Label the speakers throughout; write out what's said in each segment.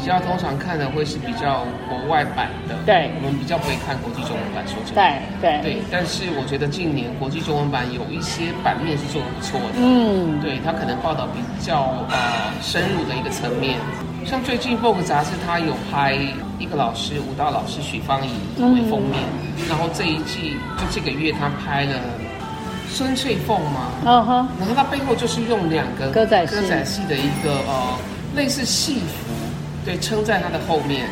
Speaker 1: 较通常看的会是比较国外版的，
Speaker 2: 对
Speaker 1: 我们比较不会看国际中文版，说真的。
Speaker 2: 对对，
Speaker 1: 对，但是我觉得近年国际中文版有一些版面是做的不错的，
Speaker 2: 嗯，
Speaker 1: 对它可能报道比较呃深入的一个层面。像最近《Vogue》杂志，它有拍一个老师，舞蹈老师许芳宜为封面，然后这一季就这个月，他拍了孙翠凤嘛，
Speaker 2: 嗯哼，
Speaker 1: 然后它背后就是用两个
Speaker 2: 歌仔戏
Speaker 1: 歌仔戏的一个呃类似戏服，对，撑在它的后面，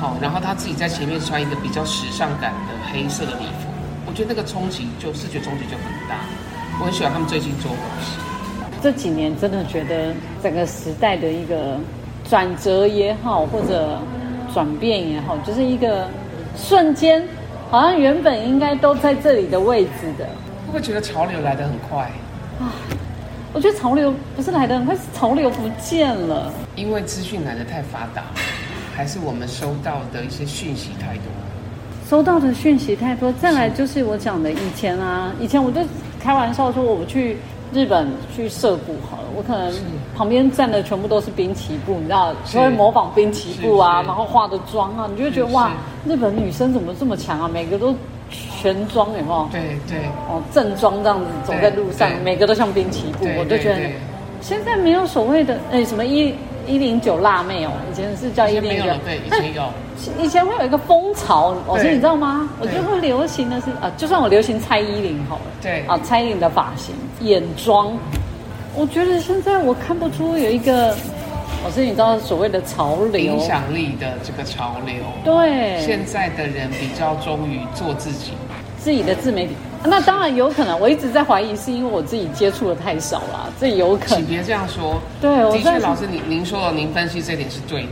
Speaker 1: 好，然后他自己在前面穿一个比较时尚感的黑色的礼服，我觉得那个冲击就视觉冲击就很大，我很喜欢他们最近做的东西。
Speaker 2: 这几年真的觉得整个时代的一个转折也好，或者转变也好，就是一个瞬间，好像原本应该都在这里的位置的。
Speaker 1: 会不会觉得潮流来得很快？
Speaker 2: 我觉得潮流不是来的很快，是潮流不见了。
Speaker 1: 因为资讯来得太发达，还是我们收到的一些讯息太多？
Speaker 2: 收到的讯息太多。再来就是我讲的，以前啊，以前我就开玩笑说，我去日本去涉谷好了，我可能
Speaker 1: 是
Speaker 2: 旁边站的全部都是滨崎步，你知道，
Speaker 1: 是
Speaker 2: 就会模仿滨崎步啊，
Speaker 1: 是是
Speaker 2: 然后化的妆啊，你就会觉得
Speaker 1: 是
Speaker 2: 哇，日本女生怎么这么强啊？每个都全妆，有没有？
Speaker 1: 对对
Speaker 2: 哦，正装这样子走在路上
Speaker 1: 对，对
Speaker 2: 每个都像滨崎步
Speaker 1: 对，，
Speaker 2: 我就觉得
Speaker 1: 对对
Speaker 2: 现在没有所谓的哎什么一一零九辣妹哦，以前是叫
Speaker 1: 以
Speaker 2: 一啊
Speaker 1: 前没有
Speaker 2: 零九
Speaker 1: 了，，对，以 前有，
Speaker 2: 以前会有一个风潮，老师
Speaker 1: 对
Speaker 2: 你知道吗？我
Speaker 1: 对
Speaker 2: 觉得会流行的是啊，就算我流行蔡依林好了，
Speaker 1: 对
Speaker 2: 啊，蔡依林的发型、眼妆，我觉得现在我看不出有一个，老师你知道所谓的潮流
Speaker 1: 影，响力的这个潮流。
Speaker 2: 对
Speaker 1: 现，在的人比较忠于做自己，
Speaker 2: 自己的自媒体。啊那当然有可能，我一直在怀疑是因为我自己接触的太少了，这有可
Speaker 1: 请
Speaker 2: 能。
Speaker 1: 别这样说。
Speaker 2: 对，我
Speaker 1: 的确，
Speaker 2: 在
Speaker 1: 老师您您说了，您分析这点是对的。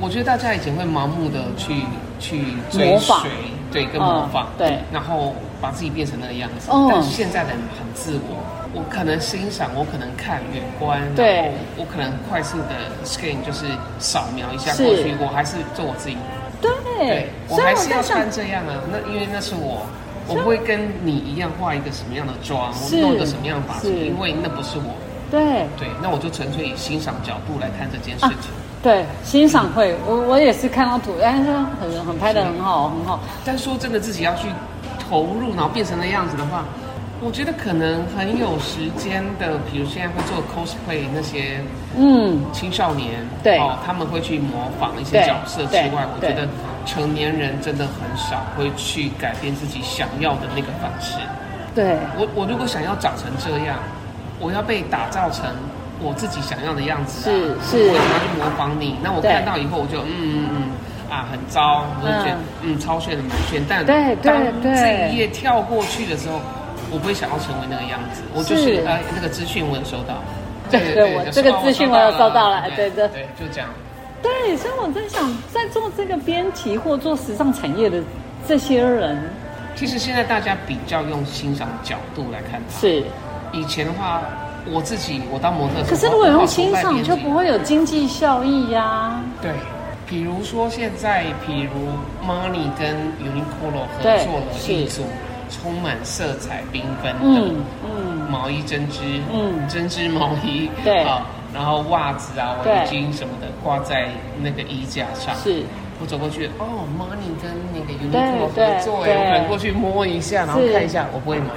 Speaker 1: 我觉得大家以前会盲目的去去追
Speaker 2: 模仿
Speaker 1: 随，对，跟模仿，
Speaker 2: 嗯对
Speaker 1: 然后把自己变成那个样子。
Speaker 2: 嗯
Speaker 1: 但是现在的人很自我，我可能欣赏，我可能看远观，
Speaker 2: 对
Speaker 1: 然后我可能快速的 scan 就是扫描一下
Speaker 2: 是
Speaker 1: 过去，我还是做我自己，对
Speaker 2: 对，
Speaker 1: 我还是要穿这样啊。那因为那是我。我不会跟你一样画一个什么样的妆，我
Speaker 2: 是
Speaker 1: 弄一个什么样的发型，
Speaker 2: 是
Speaker 1: 因为那不是我。
Speaker 2: 对。
Speaker 1: 对，那我就纯粹以欣赏角度来看这件事
Speaker 2: 啊
Speaker 1: 情。
Speaker 2: 对，欣赏会，我我也是看到图，哎，他很很拍的很好，很好。
Speaker 1: 但说真的，自己要去投入，然后变成那样子的话，我觉得可能很有时间的，比如现在会做 cosplay 那些
Speaker 2: 嗯，
Speaker 1: 青少年，
Speaker 2: 对
Speaker 1: 哦，他们会去模仿一些
Speaker 2: 对
Speaker 1: 角色之
Speaker 2: 对
Speaker 1: 外，我
Speaker 2: 对
Speaker 1: 觉得成年人真的很少会去改变自己想要的那个方式。
Speaker 2: 对，
Speaker 1: 我我如果想要长成这样，我要被打造成我自己想要的样子、啊，
Speaker 2: 是是
Speaker 1: 我想要去模仿你。那我
Speaker 2: 对
Speaker 1: 看到以后，我就嗯嗯嗯啊，很糟，我就觉得嗯超炫的蛮炫，但
Speaker 2: 对对
Speaker 1: 当
Speaker 2: 对
Speaker 1: 这一页跳过去的时候，我不会想要成为那个样子，我就是
Speaker 2: 是
Speaker 1: 呃那个资讯我有收到。
Speaker 2: 对对我这个
Speaker 1: 哦
Speaker 2: 资讯我有收到了
Speaker 1: 对
Speaker 2: 对
Speaker 1: 对
Speaker 2: 对
Speaker 1: 对，就这样。
Speaker 2: 对，所以我在想，在做这个编辑或做时尚产业的这些人，
Speaker 1: 其实现在大家比较用欣赏角度来看它，
Speaker 2: 是，
Speaker 1: 以前的话，我自己我当模特的时
Speaker 2: 可
Speaker 1: 候，
Speaker 2: 是如果
Speaker 1: 我好
Speaker 2: 用
Speaker 1: 崇
Speaker 2: 欣
Speaker 1: 拜
Speaker 2: 赏，
Speaker 1: 编辑
Speaker 2: 就不会有经济效益呀、
Speaker 1: 对，比如说现在，比如 Money 跟 Uniqlo 合
Speaker 2: 对
Speaker 1: 作了
Speaker 2: 是
Speaker 1: 一组充满色彩缤纷的
Speaker 2: 嗯嗯，
Speaker 1: 毛衣针织，
Speaker 2: 嗯
Speaker 1: 针织毛衣，
Speaker 2: 对
Speaker 1: 啊，然后袜子啊、围
Speaker 2: 对
Speaker 1: 巾什么的挂在那个衣架上。
Speaker 2: 是
Speaker 1: 我走过去，哦，Money 跟那个
Speaker 2: 对
Speaker 1: Uniqlo
Speaker 2: 对
Speaker 1: 合作，哎，
Speaker 2: 对
Speaker 1: 我可能过去摸一下，然后
Speaker 2: 是
Speaker 1: 看一下，我不会买，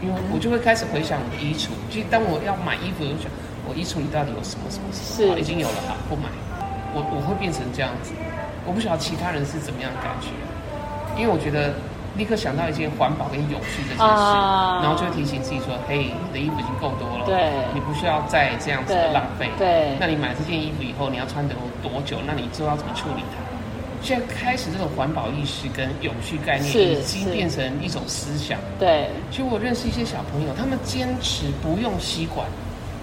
Speaker 1: 因为我就会开始回想我的衣橱。就当我要买衣服，我就想，我衣橱里到底有什么什么什么？
Speaker 2: 是
Speaker 1: 好已经有了，好，不买。我我会变成这样子，我不晓得其他人是怎么样的感觉，因为我觉得立刻想到一件环保跟有趣这件事，
Speaker 2: 啊
Speaker 1: 然后就会提醒自己说，嘿，你的衣服已经够多了，
Speaker 2: 对
Speaker 1: 你不需要再这样子的
Speaker 2: 对
Speaker 1: 浪费，
Speaker 2: 对
Speaker 1: 那你买这件衣服以后，你要穿得有多久？那你知道怎么处理它？现在开始这种环保意识跟有序概念
Speaker 2: 是
Speaker 1: 已经
Speaker 2: 是
Speaker 1: 变成一种思想。
Speaker 2: 对，
Speaker 1: 其实我认识一些小朋友，他们坚持不用吸管，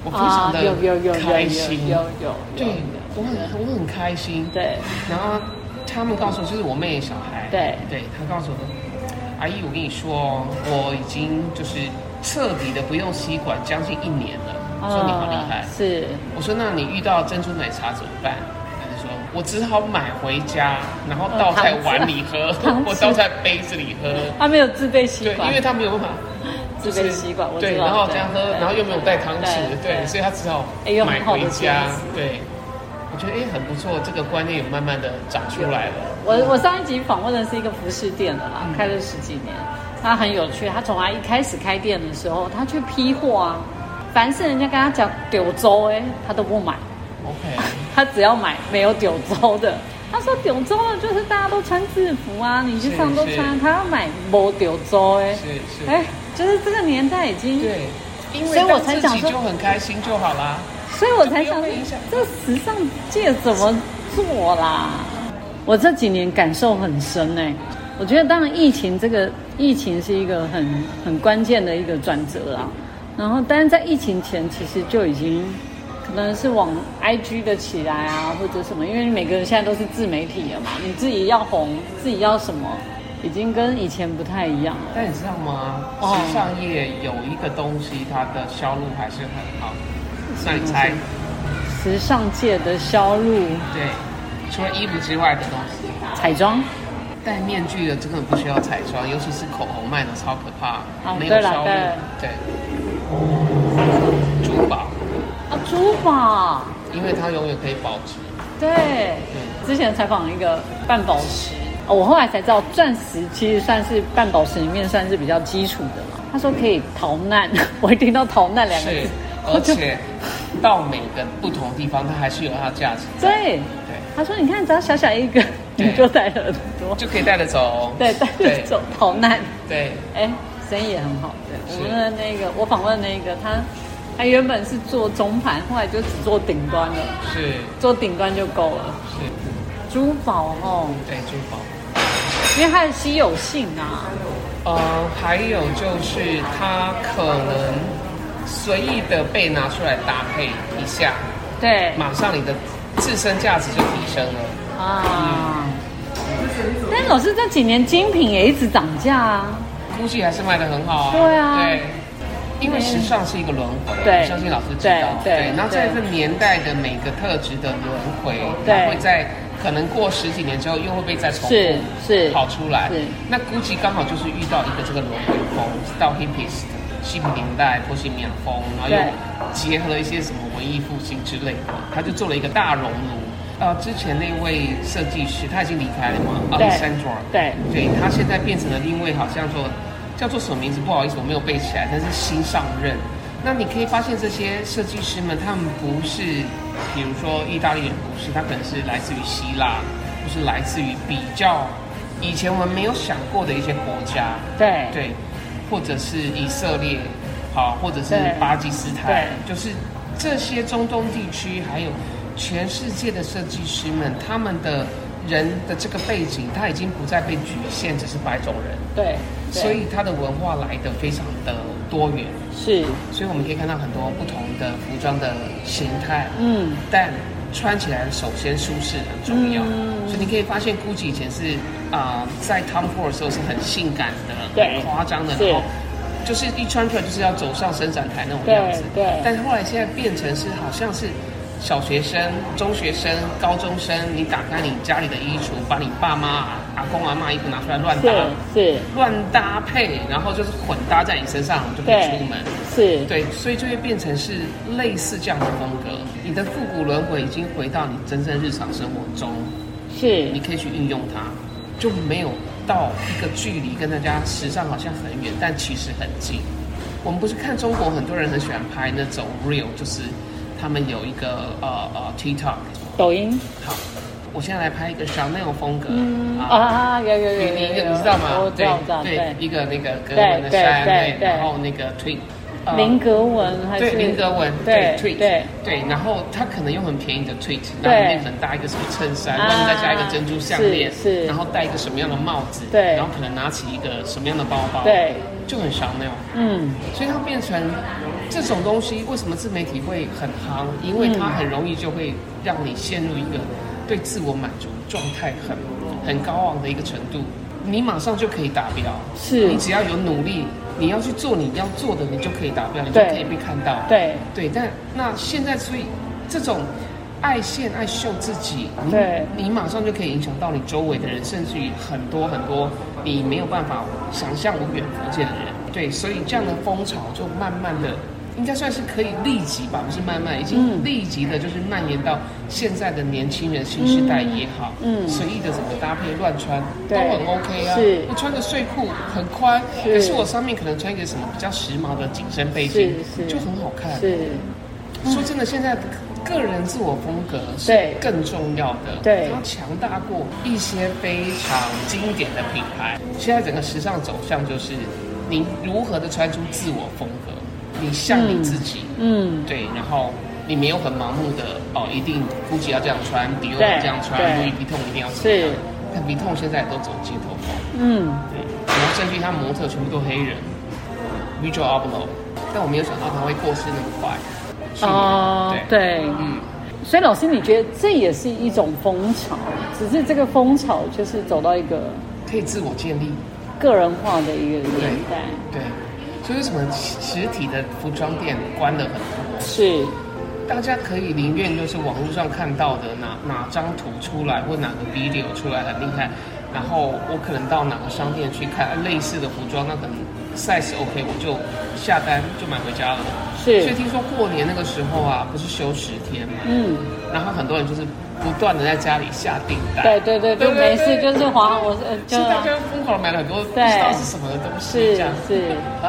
Speaker 1: 我非常
Speaker 2: 啊，
Speaker 1: 的
Speaker 2: 有有有有
Speaker 1: 开
Speaker 2: 有
Speaker 1: 心。
Speaker 2: 有有，
Speaker 1: 对，我很我很开心。
Speaker 2: 对
Speaker 1: 然后他们告诉我，就是我妹的小孩，
Speaker 2: 对
Speaker 1: 对，她告诉我说，阿姨，我跟你说哦，我已经就是彻底的不用吸管将近一年了。我说你好厉害。
Speaker 2: 啊是，
Speaker 1: 我说那你遇到珍珠奶茶怎么办？她就说我只好买回家，然后倒在碗里 喝，
Speaker 2: 哦糖汁
Speaker 1: 我倒在杯子里喝。
Speaker 2: 他啊没有自备吸
Speaker 1: 对，
Speaker 2: 管，
Speaker 1: 因为他没有办法
Speaker 2: 自
Speaker 1: 就是
Speaker 2: 备吸管，我知道
Speaker 1: 对，然后这样
Speaker 2: 对
Speaker 1: 喝，
Speaker 2: 对
Speaker 1: 然后又没有带汤匙，对，
Speaker 2: 对对
Speaker 1: 所以他只好
Speaker 2: 哎有
Speaker 1: 买
Speaker 2: 很好的
Speaker 1: 回家
Speaker 2: 坚持，
Speaker 1: 对。我觉得哎很不错，这个观念有慢慢的长出来了。
Speaker 2: 我我上一集访问的是一个服饰店的啦，
Speaker 1: 嗯
Speaker 2: 开了十几年，他很有趣。他从他一开始开店的时候，他去批货啊，凡是人家跟他讲柳州哎，他都不买，
Speaker 1: OK，
Speaker 2: 他只要买没有柳州的。他说柳州的就是大家都穿制服啊，你去上都
Speaker 1: 是
Speaker 2: 穿，他要买某柳州哎，
Speaker 1: 是是，
Speaker 2: 哎，就是这个年代已经，
Speaker 1: 对，因
Speaker 2: 所以
Speaker 1: 为
Speaker 2: 我
Speaker 1: 我
Speaker 2: 才
Speaker 1: 自
Speaker 2: 想
Speaker 1: 己
Speaker 2: 说
Speaker 1: 就很开心就好啦。
Speaker 2: 所以我才想
Speaker 1: 就不要被影响
Speaker 2: 这时尚界怎么做啦？我这几年感受很深哎、我觉得当然疫情这个疫情是一个很很关键的一个转折啊。然后，但是在疫情前其实就已经可能是往 IG 的起来啊，或者什么，因为每个人现在都是自媒体了嘛，你自己要红，自己要什么，已经跟以前不太一样了。
Speaker 1: 但你知道吗？
Speaker 2: 哦
Speaker 1: 时尚业有一个东西，它的销路还是很好。那你猜？
Speaker 2: 时尚界的销路，
Speaker 1: 对，除了衣服之外的东西，
Speaker 2: 彩妆。
Speaker 1: 戴面具的这个不需要彩妆，尤其是口红卖的超可怕，
Speaker 2: 哦
Speaker 1: 没
Speaker 2: 对
Speaker 1: 有
Speaker 2: 啦
Speaker 1: 销路
Speaker 2: 对啦。
Speaker 1: 对，珠宝，
Speaker 2: 啊，珠宝，
Speaker 1: 因为它永远可以保值。
Speaker 2: 对，之前采访一个半宝石，哦我后来才知道钻石其实算是半宝石里面算是比较基础的嘛。他说可以逃难，我一听到逃难两个
Speaker 1: 是
Speaker 2: 字，，我
Speaker 1: 而
Speaker 2: 就
Speaker 1: 且到每个不同地方，它还是有它的价值。
Speaker 2: 对，
Speaker 1: 对，
Speaker 2: 他说你看只要小小一个，
Speaker 1: 对
Speaker 2: 你就带了很多，
Speaker 1: 就可以带着走。
Speaker 2: 对，带着走逃难，
Speaker 1: 对，
Speaker 2: 哎，生意也很好。对，
Speaker 1: 是
Speaker 2: 我们的那个我访问的那个他，他原本是做中盘，后来就只做顶端了，
Speaker 1: 是
Speaker 2: 做顶端就够了。
Speaker 1: 是，
Speaker 2: 珠宝哦，
Speaker 1: 对珠宝。
Speaker 2: 因为它的稀有性啊，
Speaker 1: 呃，还有就是它可能随意的被拿出来搭配一下，
Speaker 2: 对，
Speaker 1: 马上你的自身价值就提升了。
Speaker 2: 啊。但老师这几年精品也一直涨价啊，
Speaker 1: 估计还是卖得很好啊。
Speaker 2: 对啊
Speaker 1: 对，因为时尚是一个轮回，
Speaker 2: 对
Speaker 1: 我相信老师知道。
Speaker 2: 对对
Speaker 1: 然后在这年代的每个特质的轮回，
Speaker 2: 对
Speaker 1: 它会在可能过十几年之后又会被再重复
Speaker 2: 是是
Speaker 1: 跑出来
Speaker 2: 是。
Speaker 1: 那估计刚好就是遇到一个这个轮回风，到 hippies 嬉皮年代、波西米亚风，然后
Speaker 2: 对
Speaker 1: 又结合了一些什么文艺复兴之类的，他就做了一个大熔炉。呃，之前那位设计师他已经离开了嘛
Speaker 2: 对
Speaker 1: ，Alexandra，
Speaker 2: 对
Speaker 1: 对他现在变成了另一位，好像说叫做什么名字，不好意思，我没有背起来，但是新上任。那你可以发现这些设计师们，他们不是，比如说意大利人不是，他可能是来自于希腊，或是来自于比较以前我们没有想过的一些国家，
Speaker 2: 对
Speaker 1: 对，或者是以色列，好，或者是
Speaker 2: 对
Speaker 1: 巴基斯坦，就是这些中东地区，还有全世界的设计师们，他们的人的这个背景，他已经不再被局限，只是白种人，
Speaker 2: 对，对
Speaker 1: 所以他的文化来的非常的多元，
Speaker 2: 是
Speaker 1: 所以我们可以看到很多不同的服装的形态，
Speaker 2: 嗯
Speaker 1: 但穿起来首先舒适很重要。
Speaker 2: 嗯
Speaker 1: 所以你可以发现，GUCCI 以前是啊、呃在 Tom Ford 的时候是很性感的、
Speaker 2: 对
Speaker 1: 很夸张的，
Speaker 2: 是
Speaker 1: 然后就是一穿出来就是要走上伸展台那种
Speaker 2: 对
Speaker 1: 样子。
Speaker 2: 对
Speaker 1: 但是后来现在变成是好像是小学生、中学生、高中生，你打开你家里的衣橱，把你爸妈、阿公阿妈衣服拿出来乱搭
Speaker 2: 是。是
Speaker 1: 乱搭配，然后就是混搭在你身上，就可以
Speaker 2: 对
Speaker 1: 出门。
Speaker 2: 是，
Speaker 1: 对，所以就会变成是类似这样的风格。你的复古轮回已经回到你真正日常生活中，
Speaker 2: 是
Speaker 1: 你可以去运用它，就没有到一个距离跟大家时尚好像很远，但其实很近。我们不是看中国很多人很喜欢拍那种 real，就是他们有一个呃呃 TikTok，
Speaker 2: 抖音
Speaker 1: 好，我现在来拍一个 Chanel 风格、
Speaker 2: 嗯啊，有有有
Speaker 1: 你
Speaker 2: 有
Speaker 1: 你
Speaker 2: 有
Speaker 1: 一个
Speaker 2: 有，
Speaker 1: 你知道吗？
Speaker 2: 我知道我知道，
Speaker 1: 对
Speaker 2: 对，
Speaker 1: 一个那个格
Speaker 2: 对
Speaker 1: 纹的
Speaker 2: 对
Speaker 1: 山，
Speaker 2: 对对
Speaker 1: 然后那个 twin，呃
Speaker 2: 林格文还
Speaker 1: 对
Speaker 2: 是
Speaker 1: 林格文，
Speaker 2: 对
Speaker 1: 对 tweet，
Speaker 2: 对
Speaker 1: 对，然后他可能用很便宜的 tweet，
Speaker 2: 对
Speaker 1: 然后里面可能搭一个什么衬衫，
Speaker 2: 啊
Speaker 1: 然后再加一个珍珠项链，
Speaker 2: 是是
Speaker 1: 然后戴一个什么样的帽子，
Speaker 2: 对
Speaker 1: 然后可能拿起一个什么样的包包，，
Speaker 2: 对，
Speaker 1: 就很 Chanel，
Speaker 2: 嗯
Speaker 1: 所以它变成这种东西，为什么自媒体会很夯？因为它很容易就会让你陷入一个对自我满足状态很很高昂的一个程度，你马上就可以达标，
Speaker 2: 是
Speaker 1: 你只要有努力，你要去做你要做的，你就可以达标，你就
Speaker 2: 对
Speaker 1: 可以被看到，
Speaker 2: 对
Speaker 1: 对，但那现在所以这种爱现爱秀自己，你
Speaker 2: 对
Speaker 1: 你马上就可以影响到你周围的人，甚至于很多很多你没有办法想象无远弗届的人。对，所以这样的风潮就慢慢的应该算是可以立即吧，不是慢慢，已
Speaker 2: 嗯
Speaker 1: 经立即的，就是蔓延到现在的年轻人新时代也好，
Speaker 2: 嗯
Speaker 1: 嗯，随意的怎么搭配乱穿都
Speaker 2: 对
Speaker 1: 很 OK 啊。
Speaker 2: 是
Speaker 1: 我穿个睡裤很宽，
Speaker 2: 是
Speaker 1: 可是我上面可能穿一个什么比较时髦的紧身背心
Speaker 2: 是是，
Speaker 1: 就很好看。
Speaker 2: 是，
Speaker 1: 说真的，现在个人自我风格是
Speaker 2: 嗯对
Speaker 1: 更重要的，
Speaker 2: 对
Speaker 1: 它强大过一些非常经典的品牌。现在整个时尚走向就是你如何的穿出自我风格，你像你自己，
Speaker 2: 嗯，
Speaker 1: 对，然后你没有很盲目的哦，一定 GUCCI 要这样穿，迪奥
Speaker 2: 对
Speaker 1: 这样穿
Speaker 2: 对
Speaker 1: ，Louis Vuitton 一定要怎么
Speaker 2: 是
Speaker 1: 样？，但 Vuitton 现在都走街头风，
Speaker 2: 嗯，
Speaker 1: 对，然后甚至他模特全部都黑人，Visual Abloh，但我没有想到他会过世那么快。去年
Speaker 2: 哦，
Speaker 1: 对，
Speaker 2: 对，
Speaker 1: 嗯，
Speaker 2: 所以老师，你觉得这也是一种风潮，只是这个风潮就是走到一个
Speaker 1: 可以自我建立，
Speaker 2: 个人化的一个年代，
Speaker 1: 对，所以为什么实体的服装店关了很多？
Speaker 2: 是，
Speaker 1: 大家可以宁愿就是网络上看到的哪哪张图出来或哪个 video 出来很厉害，然后我可能到哪个商店去看啊类似的服装，那可能 size OK 我就下单就买回家了。所以
Speaker 2: 是，
Speaker 1: 听说过年那个时候啊，不是休十天嘛，
Speaker 2: 嗯，
Speaker 1: 然后很多人就是不断的在家里下订单，
Speaker 2: 对对对，就没事，就是滑，我呃
Speaker 1: 是
Speaker 2: 就
Speaker 1: 大家疯狂地买了很多不知道是什么的东西，
Speaker 2: 是
Speaker 1: 这样啊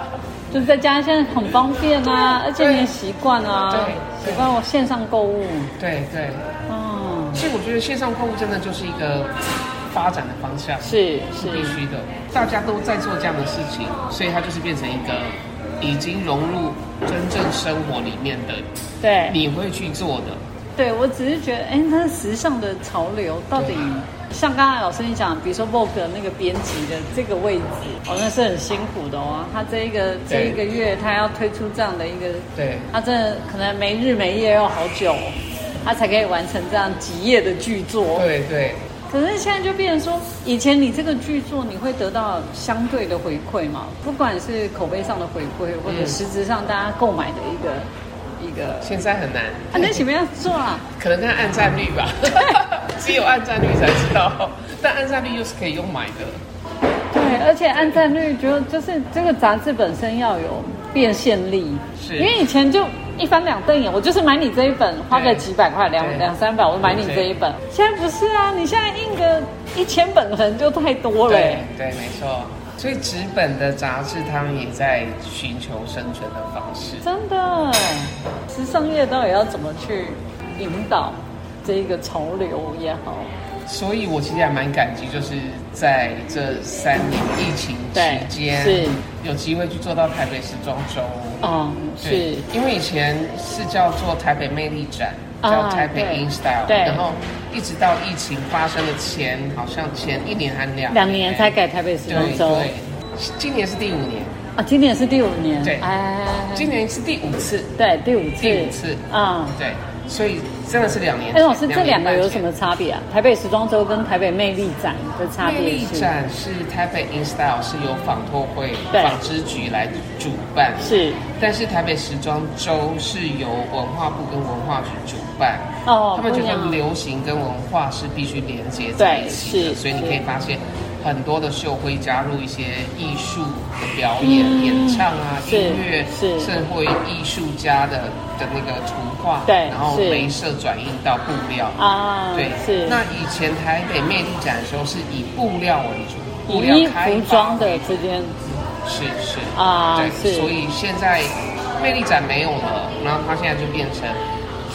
Speaker 2: 是，就在家现在很方便啊，而且你也习惯啊
Speaker 1: 对，
Speaker 2: 习
Speaker 1: 对
Speaker 2: 惯我线上购物，
Speaker 1: 对对，
Speaker 2: 嗯，
Speaker 1: 所以我觉得线上购物真的就是一个发展的方向，
Speaker 2: 是
Speaker 1: 是嗯必
Speaker 2: 是，
Speaker 1: 须的。大家都在做这样的事情，所以它就是变成一个已经融入真正生活里面的，
Speaker 2: 对。
Speaker 1: 你会去做的。
Speaker 2: 对，我只是觉得，哎，那时尚的潮流到底，像刚才老师你讲，比如说 Vogue 的那个编辑的这个位置，哦，那是很辛苦的哦。他这一个这
Speaker 1: 对
Speaker 2: 一个月，他要推出这样的一个，
Speaker 1: 对
Speaker 2: 他真的可能没日没夜要好久，他才可以完成这样几页的巨作。
Speaker 1: 对对
Speaker 2: 可是现在就变成说，以前你这个剧作你会得到相对的回馈嘛，不管是口碑上的回馈，或者
Speaker 1: 嗯
Speaker 2: 实质上大家购买的一个、一个，
Speaker 1: 现在很难，
Speaker 2: 啊，那前面要做啊。
Speaker 1: 可能看按赞率 吧，只有按赞率才知道，但按赞率又是可以用买的。
Speaker 2: 对，而且按赞率就就是这个杂志本身要有变现力，
Speaker 1: 是
Speaker 2: 因为以前就一翻两瞪眼，我就是买你这一本，花个几百块，两
Speaker 1: 对
Speaker 2: 两三百，我买你这一本。现在不是啊，你现在印个一千本可能就太多了、
Speaker 1: 对对，没错。所以纸本的杂志，他们也在寻求生存的方式。
Speaker 2: 真的。时尚业到底要怎么去引导这一个潮流也好？
Speaker 1: 所以我其实还蛮感激，就是在这三年疫情期间，
Speaker 2: 对是
Speaker 1: 有机会去做到台北时装周。
Speaker 2: 嗯，
Speaker 1: 对
Speaker 2: 是，
Speaker 1: 因为以前是叫做台北魅力展，
Speaker 2: 啊
Speaker 1: 叫台北 In Style，、
Speaker 2: 对对
Speaker 1: 然后一直到疫情发生的前，好像前一年还两
Speaker 2: 两年才改台北时
Speaker 1: 对
Speaker 2: 装周
Speaker 1: 对，今年是第五年，
Speaker 2: 啊，今年是第五年，
Speaker 1: 对
Speaker 2: 哎，
Speaker 1: 今年是第五次，
Speaker 2: 对第五次，
Speaker 1: 第五次，
Speaker 2: 啊、
Speaker 1: 嗯对，所以真的是两年
Speaker 2: 哎，
Speaker 1: 前。
Speaker 2: 老师，这两个
Speaker 1: 年半
Speaker 2: 有
Speaker 1: 前
Speaker 2: 什么差别啊？台北时装周跟台北魅力展的差
Speaker 1: 魅
Speaker 2: 别
Speaker 1: 力
Speaker 2: 是？
Speaker 1: 展是台北 In Style 是由纺拓会
Speaker 2: 对
Speaker 1: 纺织局来主办，
Speaker 2: 是
Speaker 1: 但是台北时装周是由文化部跟文化局主办。
Speaker 2: 哦，
Speaker 1: 他们觉
Speaker 2: 不一
Speaker 1: 得
Speaker 2: 样
Speaker 1: 流行跟文化是必须连接在一起
Speaker 2: 对是
Speaker 1: 的，所以你可以发现很多的秀会加入一些艺术的表演、演唱啊、
Speaker 2: 是
Speaker 1: 音乐，
Speaker 2: 嗯是
Speaker 1: 社会艺术家的的那个图画，
Speaker 2: 对
Speaker 1: 然后
Speaker 2: 是
Speaker 1: 镭射转印到布料，
Speaker 2: 啊，
Speaker 1: 对，
Speaker 2: 是
Speaker 1: 那以前台北魅力展的时候是以布料为主，布料
Speaker 2: 以衣
Speaker 1: 开
Speaker 2: 服
Speaker 1: 发
Speaker 2: 装的之间
Speaker 1: 是是
Speaker 2: 啊
Speaker 1: 对，
Speaker 2: 是
Speaker 1: 所以现在魅力展没有了，然后它现在就变成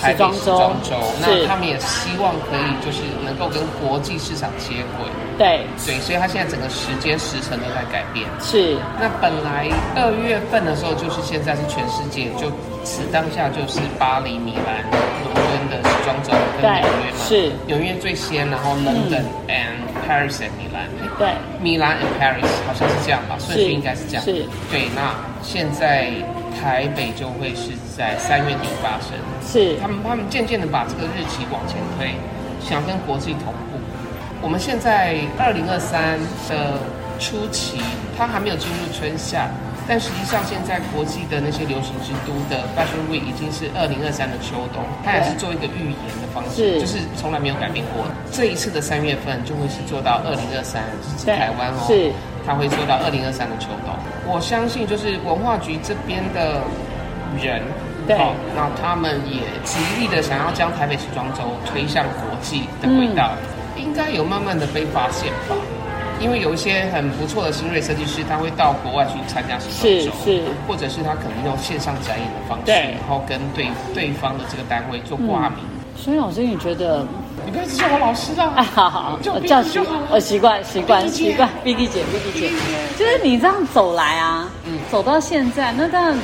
Speaker 1: 台北
Speaker 2: 时
Speaker 1: 时
Speaker 2: 装
Speaker 1: 装
Speaker 2: 周
Speaker 1: 周，
Speaker 2: 是
Speaker 1: 那他们也希望可以就是能够跟国际市场接轨，
Speaker 2: 对
Speaker 1: 对，所以它现在整个时间时程都在改变。
Speaker 2: 是
Speaker 1: 那本来二月份的时候，就是现在是全世界，就此当下就是巴黎、米兰、伦敦的时装周跟纽约嘛，
Speaker 2: 对是嗯
Speaker 1: 纽约最先，然后 London、and Paris and 米兰，
Speaker 2: 对
Speaker 1: 米兰 and Paris 好像是这样吧，顺序
Speaker 2: 是
Speaker 1: 应该是这样，
Speaker 2: 是
Speaker 1: 对。那现在台北就会是在三月底发生，
Speaker 2: 是
Speaker 1: 他们他们渐渐的把这个日期往前推，想跟国际同步。我们现在二零二三的初期，它还没有进入春夏，但实际上现在国际的那些流行之都的 Fashion Week 已经是二零二三的秋冬，它也是做一个预言的方式，
Speaker 2: 是
Speaker 1: 就是从来没有改变过。这一次的三月份就会是做到二零二三，是指
Speaker 2: 对
Speaker 1: 台湾哦，
Speaker 2: 是
Speaker 1: 它会做到二零二三的秋冬。我相信就是文化局这边的人，
Speaker 2: 对
Speaker 1: 好那他们也极力的想要将台北时装周推向国际的轨道，
Speaker 2: 嗯
Speaker 1: 应该有慢慢的被发现吧。因为有一些很不错的新锐设计师，他会到国外去参加时装周，
Speaker 2: 是是
Speaker 1: 或者是他可能用线上展演的方式，
Speaker 2: 对嗯
Speaker 1: 然后跟对对方的这个单位做挂名。
Speaker 2: 所以老师，你觉得？
Speaker 1: 你不要一直叫我老师啦，
Speaker 2: 哎，好好，
Speaker 1: 叫
Speaker 2: 我
Speaker 1: 我
Speaker 2: 叫
Speaker 1: 编辑
Speaker 2: 习
Speaker 1: 就好，了
Speaker 2: 我习惯习惯
Speaker 1: Vicky 姐
Speaker 2: 习惯，Vicky 姐，Vicky 姐
Speaker 1: Vicky 姐，
Speaker 2: 就是你这样走来啊，
Speaker 1: 啊嗯
Speaker 2: 走到现在，那当然，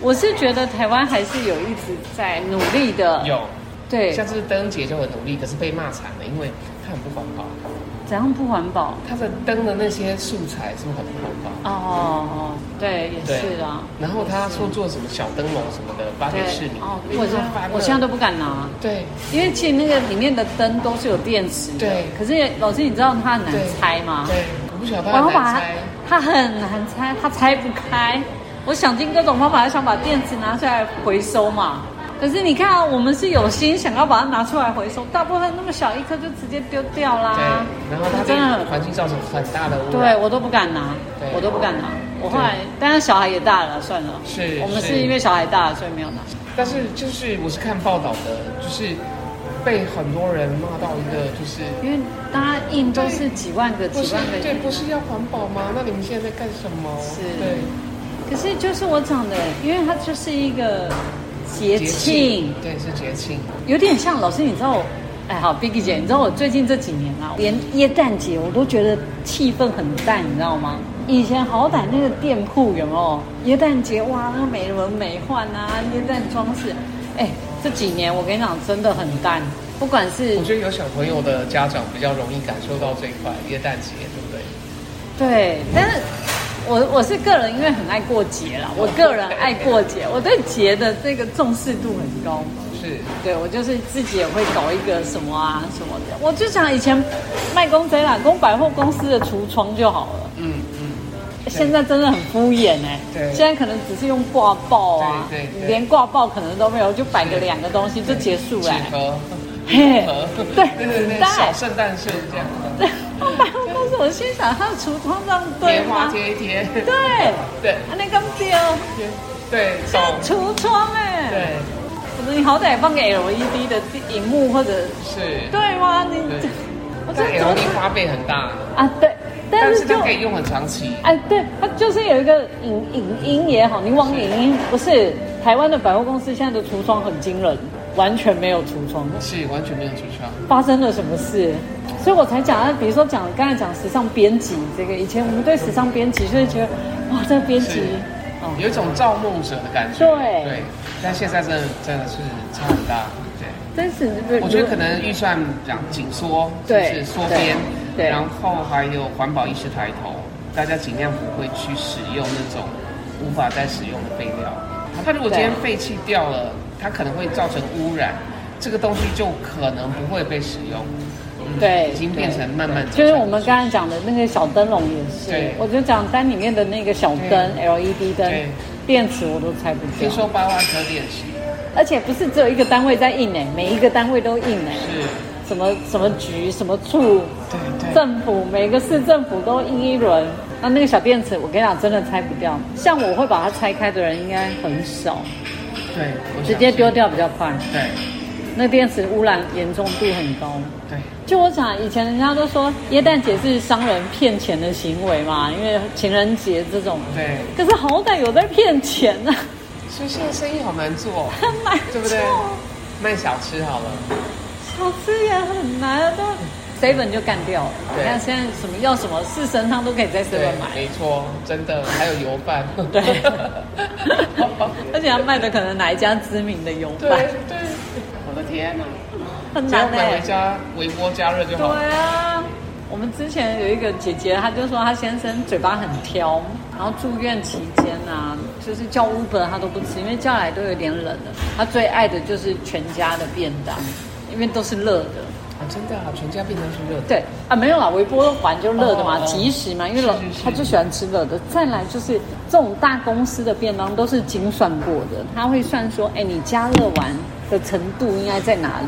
Speaker 2: 我是觉得台湾还是有一直在努力的，
Speaker 1: 有，
Speaker 2: 对，
Speaker 1: 像是灯姐就很努力，可是被骂惨了，因为她很不环保，
Speaker 2: 怎样不环保？
Speaker 1: 她的灯的那些素材是不是很不环保？
Speaker 2: 哦，对，也是啊，
Speaker 1: 然后他说做什么小灯笼什么的，发给
Speaker 2: 对
Speaker 1: 市民。
Speaker 2: 哦，
Speaker 1: 因
Speaker 2: 我
Speaker 1: 为
Speaker 2: 现
Speaker 1: 太烦
Speaker 2: 在
Speaker 1: 了
Speaker 2: 我现在都不敢拿，
Speaker 1: 对
Speaker 2: 因为其实那个里面的灯都是有电池的，
Speaker 1: 对
Speaker 2: 可是也老师，你知道它很难
Speaker 1: 对
Speaker 2: 拆吗？
Speaker 1: 对，我不晓得
Speaker 2: 然
Speaker 1: 他
Speaker 2: 后
Speaker 1: 难
Speaker 2: 把它
Speaker 1: 猜。，
Speaker 2: 它很难拆，它拆不开。我想尽各种方法，想把电池拿出来回收嘛。可是你看啊、我们是有心想要把它拿出来回收，大部分那么小一颗就直接丢掉啦。
Speaker 1: 对，然后他
Speaker 2: 真的
Speaker 1: 对环境造成很大的污
Speaker 2: 对
Speaker 1: 染。
Speaker 2: 我都不敢拿
Speaker 1: 对，
Speaker 2: 我都不敢拿。我后来，但是小孩也大了，算了。
Speaker 1: 是
Speaker 2: 我们
Speaker 1: 是
Speaker 2: 是因为小孩大了，所以没有拿。
Speaker 1: 但是就是我是看报道的，就是被很多人骂到一个就是。
Speaker 2: 因为大家印都是几万个、
Speaker 1: 不
Speaker 2: 几
Speaker 1: 是
Speaker 2: 万个
Speaker 1: 对，不是要环保吗？那你们现在在干什么？
Speaker 2: 是
Speaker 1: 对，
Speaker 2: 可是就是我讲的，因为它就是一个节庆，
Speaker 1: 对，是节庆。
Speaker 2: 有点像老师，你知道我，哎，好，Biggie 姐，你知道我最近这几年啊，连耶诞节我都觉得气氛很淡，你知道吗？以前好歹那个店铺有没有耶诞节哇，那美轮美奂啊，耶诞装饰，哎，这几年我跟你讲真的很淡，不管是
Speaker 1: 我觉得有小朋友的家长比较容易感受到这一块耶诞节，对不对？
Speaker 2: 对，但是我我是个人，因为很爱过节啦，我个人爱过节，我对节的这个重视度很高。
Speaker 1: 是，
Speaker 2: 对我就是自己也会搞一个什么啊什么的，我就想以前卖公仔啦，供百货公司的橱窗就好了。
Speaker 1: 嗯嗯。
Speaker 2: 现在真的很敷衍哎、
Speaker 1: 对
Speaker 2: 现在可能只是用挂报啊，
Speaker 1: 对对对
Speaker 2: 连挂报可能都没有，就摆个
Speaker 1: 是
Speaker 2: 两个东西就结束
Speaker 1: 几
Speaker 2: 了、
Speaker 1: 何，
Speaker 2: 嘿
Speaker 1: 盒，
Speaker 2: 对
Speaker 1: 对对对，
Speaker 2: 对
Speaker 1: 小圣诞树这样，
Speaker 2: 对，百货公司我心想他的橱窗这样对
Speaker 1: 棉花
Speaker 2: 吗？
Speaker 1: 贴一贴，
Speaker 2: 对，
Speaker 1: 对
Speaker 2: 啊那个标
Speaker 1: 对，懂，
Speaker 2: 橱窗哎、
Speaker 1: 对，
Speaker 2: 我说你好歹放个 LED 的荧幕或者
Speaker 1: 是，
Speaker 2: 对吗？你
Speaker 1: 对
Speaker 2: 我真
Speaker 1: 但
Speaker 2: 的怎么
Speaker 1: LED 花费很大，
Speaker 2: 啊对，但
Speaker 1: 但
Speaker 2: 是
Speaker 1: 是它
Speaker 2: 就
Speaker 1: 可以用很长期，
Speaker 2: 哎，对，它就是有一个影影音也好，你往影音不是台湾的百货公司现在的橱窗很惊人，完全没有橱窗，
Speaker 1: 是完全没有橱窗，
Speaker 2: 发生了什么事？所以我才讲啊，比如说讲刚才讲时尚编辑这个，以前我们对时尚编辑就会觉得哇，这个编辑
Speaker 1: 是
Speaker 2: 哦，
Speaker 1: 有一种造梦者的感觉，
Speaker 2: 对
Speaker 1: 对，但现在真的真的是差很大，对。
Speaker 2: 但是
Speaker 1: 我觉得可能预算讲紧缩，
Speaker 2: 对
Speaker 1: 就是缩编，
Speaker 2: 对对
Speaker 1: 然后还有环保意识抬头，大家尽量不会去使用那种无法再使用的废料。它如果今天
Speaker 2: 对
Speaker 1: 废弃掉了，它可能会造成污染，这个东西就可能不会被使用。嗯
Speaker 2: 对
Speaker 1: 已经变成慢慢
Speaker 2: 就是我们刚才讲的那个小灯笼也是
Speaker 1: 对，
Speaker 2: 我就讲单里面的那个小灯 LED 灯
Speaker 1: 对
Speaker 2: 电池我都拆不
Speaker 1: 听
Speaker 2: 掉。
Speaker 1: 说八万颗电池
Speaker 2: 而且不是只有一个单位在印哎、每一个单位都印哎、
Speaker 1: 是，
Speaker 2: 什么什么局、什么处、
Speaker 1: 对对
Speaker 2: 政府，每个市政府都印一轮。那那个小电池，我跟你讲，真的拆不掉。像我会把它拆开的人应该很少，
Speaker 1: 对，我想
Speaker 2: 直接
Speaker 1: 是
Speaker 2: 丢，掉比较快。
Speaker 1: 对
Speaker 2: 那电池污染严重度很高。
Speaker 1: 对
Speaker 2: 就我想，以前人家都说耶诞节是商人骗钱的行为嘛，因为情人节这种。
Speaker 1: 对，
Speaker 2: 可是好歹有在骗钱 啊，
Speaker 1: 所以现在生意好难 做，
Speaker 2: 很难做。
Speaker 1: 对不对？卖小吃好了。
Speaker 2: 小吃也很难，但 seven 就干掉了。你
Speaker 1: 对
Speaker 2: 看现在什么要什么四神汤都可以在 seven 买，
Speaker 1: 没错，真的，还有油饭。
Speaker 2: 对，而且他卖的可能哪一家知名的油
Speaker 1: 对
Speaker 2: 饭，
Speaker 1: 对，我的天哪！
Speaker 2: 很
Speaker 1: 只要
Speaker 2: 难
Speaker 1: 买
Speaker 2: 哎、
Speaker 1: 回家微波加热就好了。
Speaker 2: 对啊，我们之前有一个姐姐，她就说她先生嘴巴很挑，然后住院期间啊，就是叫 Uber 她都不吃，因为叫来都有点冷了。她最爱的就是全家的便当，因为都是热的。
Speaker 1: 啊，真的啊，全家便当是热的。
Speaker 2: 对啊，没有啦，微波丸就热的嘛
Speaker 1: 哦，哦
Speaker 2: 即食嘛，因为
Speaker 1: 是
Speaker 2: 老
Speaker 1: 是是
Speaker 2: 他就喜欢吃热的。再来就是啊这种大公司的便当都是精算过的，他会算说，哎，你加热完的程度应该在哪里，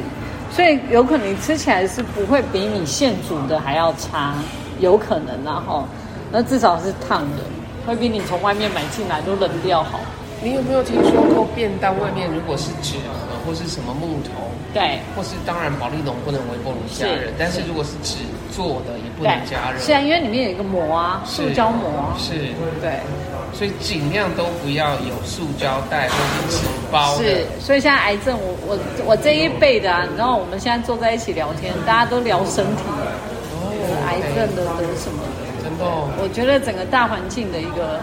Speaker 2: 所以有可能你吃起来是不会比你现煮的还要差，有可能然后，那至少是烫的，会比你从外面买进来都冷掉好。
Speaker 1: 你有没有听说过便当外面如果是纸盒或是什么木头，
Speaker 2: 对
Speaker 1: 或是当然保利龙不能微波炉加
Speaker 2: 是
Speaker 1: 热，但是
Speaker 2: 是
Speaker 1: 如果是纸做的也不
Speaker 2: 对
Speaker 1: 能加热，，
Speaker 2: 是啊，因为里面有一个膜啊，
Speaker 1: 是
Speaker 2: 塑胶膜啊，
Speaker 1: 是，
Speaker 2: 对，
Speaker 1: 所以尽量都不要有塑胶袋或是纸包的
Speaker 2: 是，所以现在癌症，我我我这一辈的啊，你知道我们现在坐在一起聊天，大家都聊身体，
Speaker 1: 哦
Speaker 2: 癌症的得什么，
Speaker 1: 对真的哦。
Speaker 2: 我觉得整个大环境的一个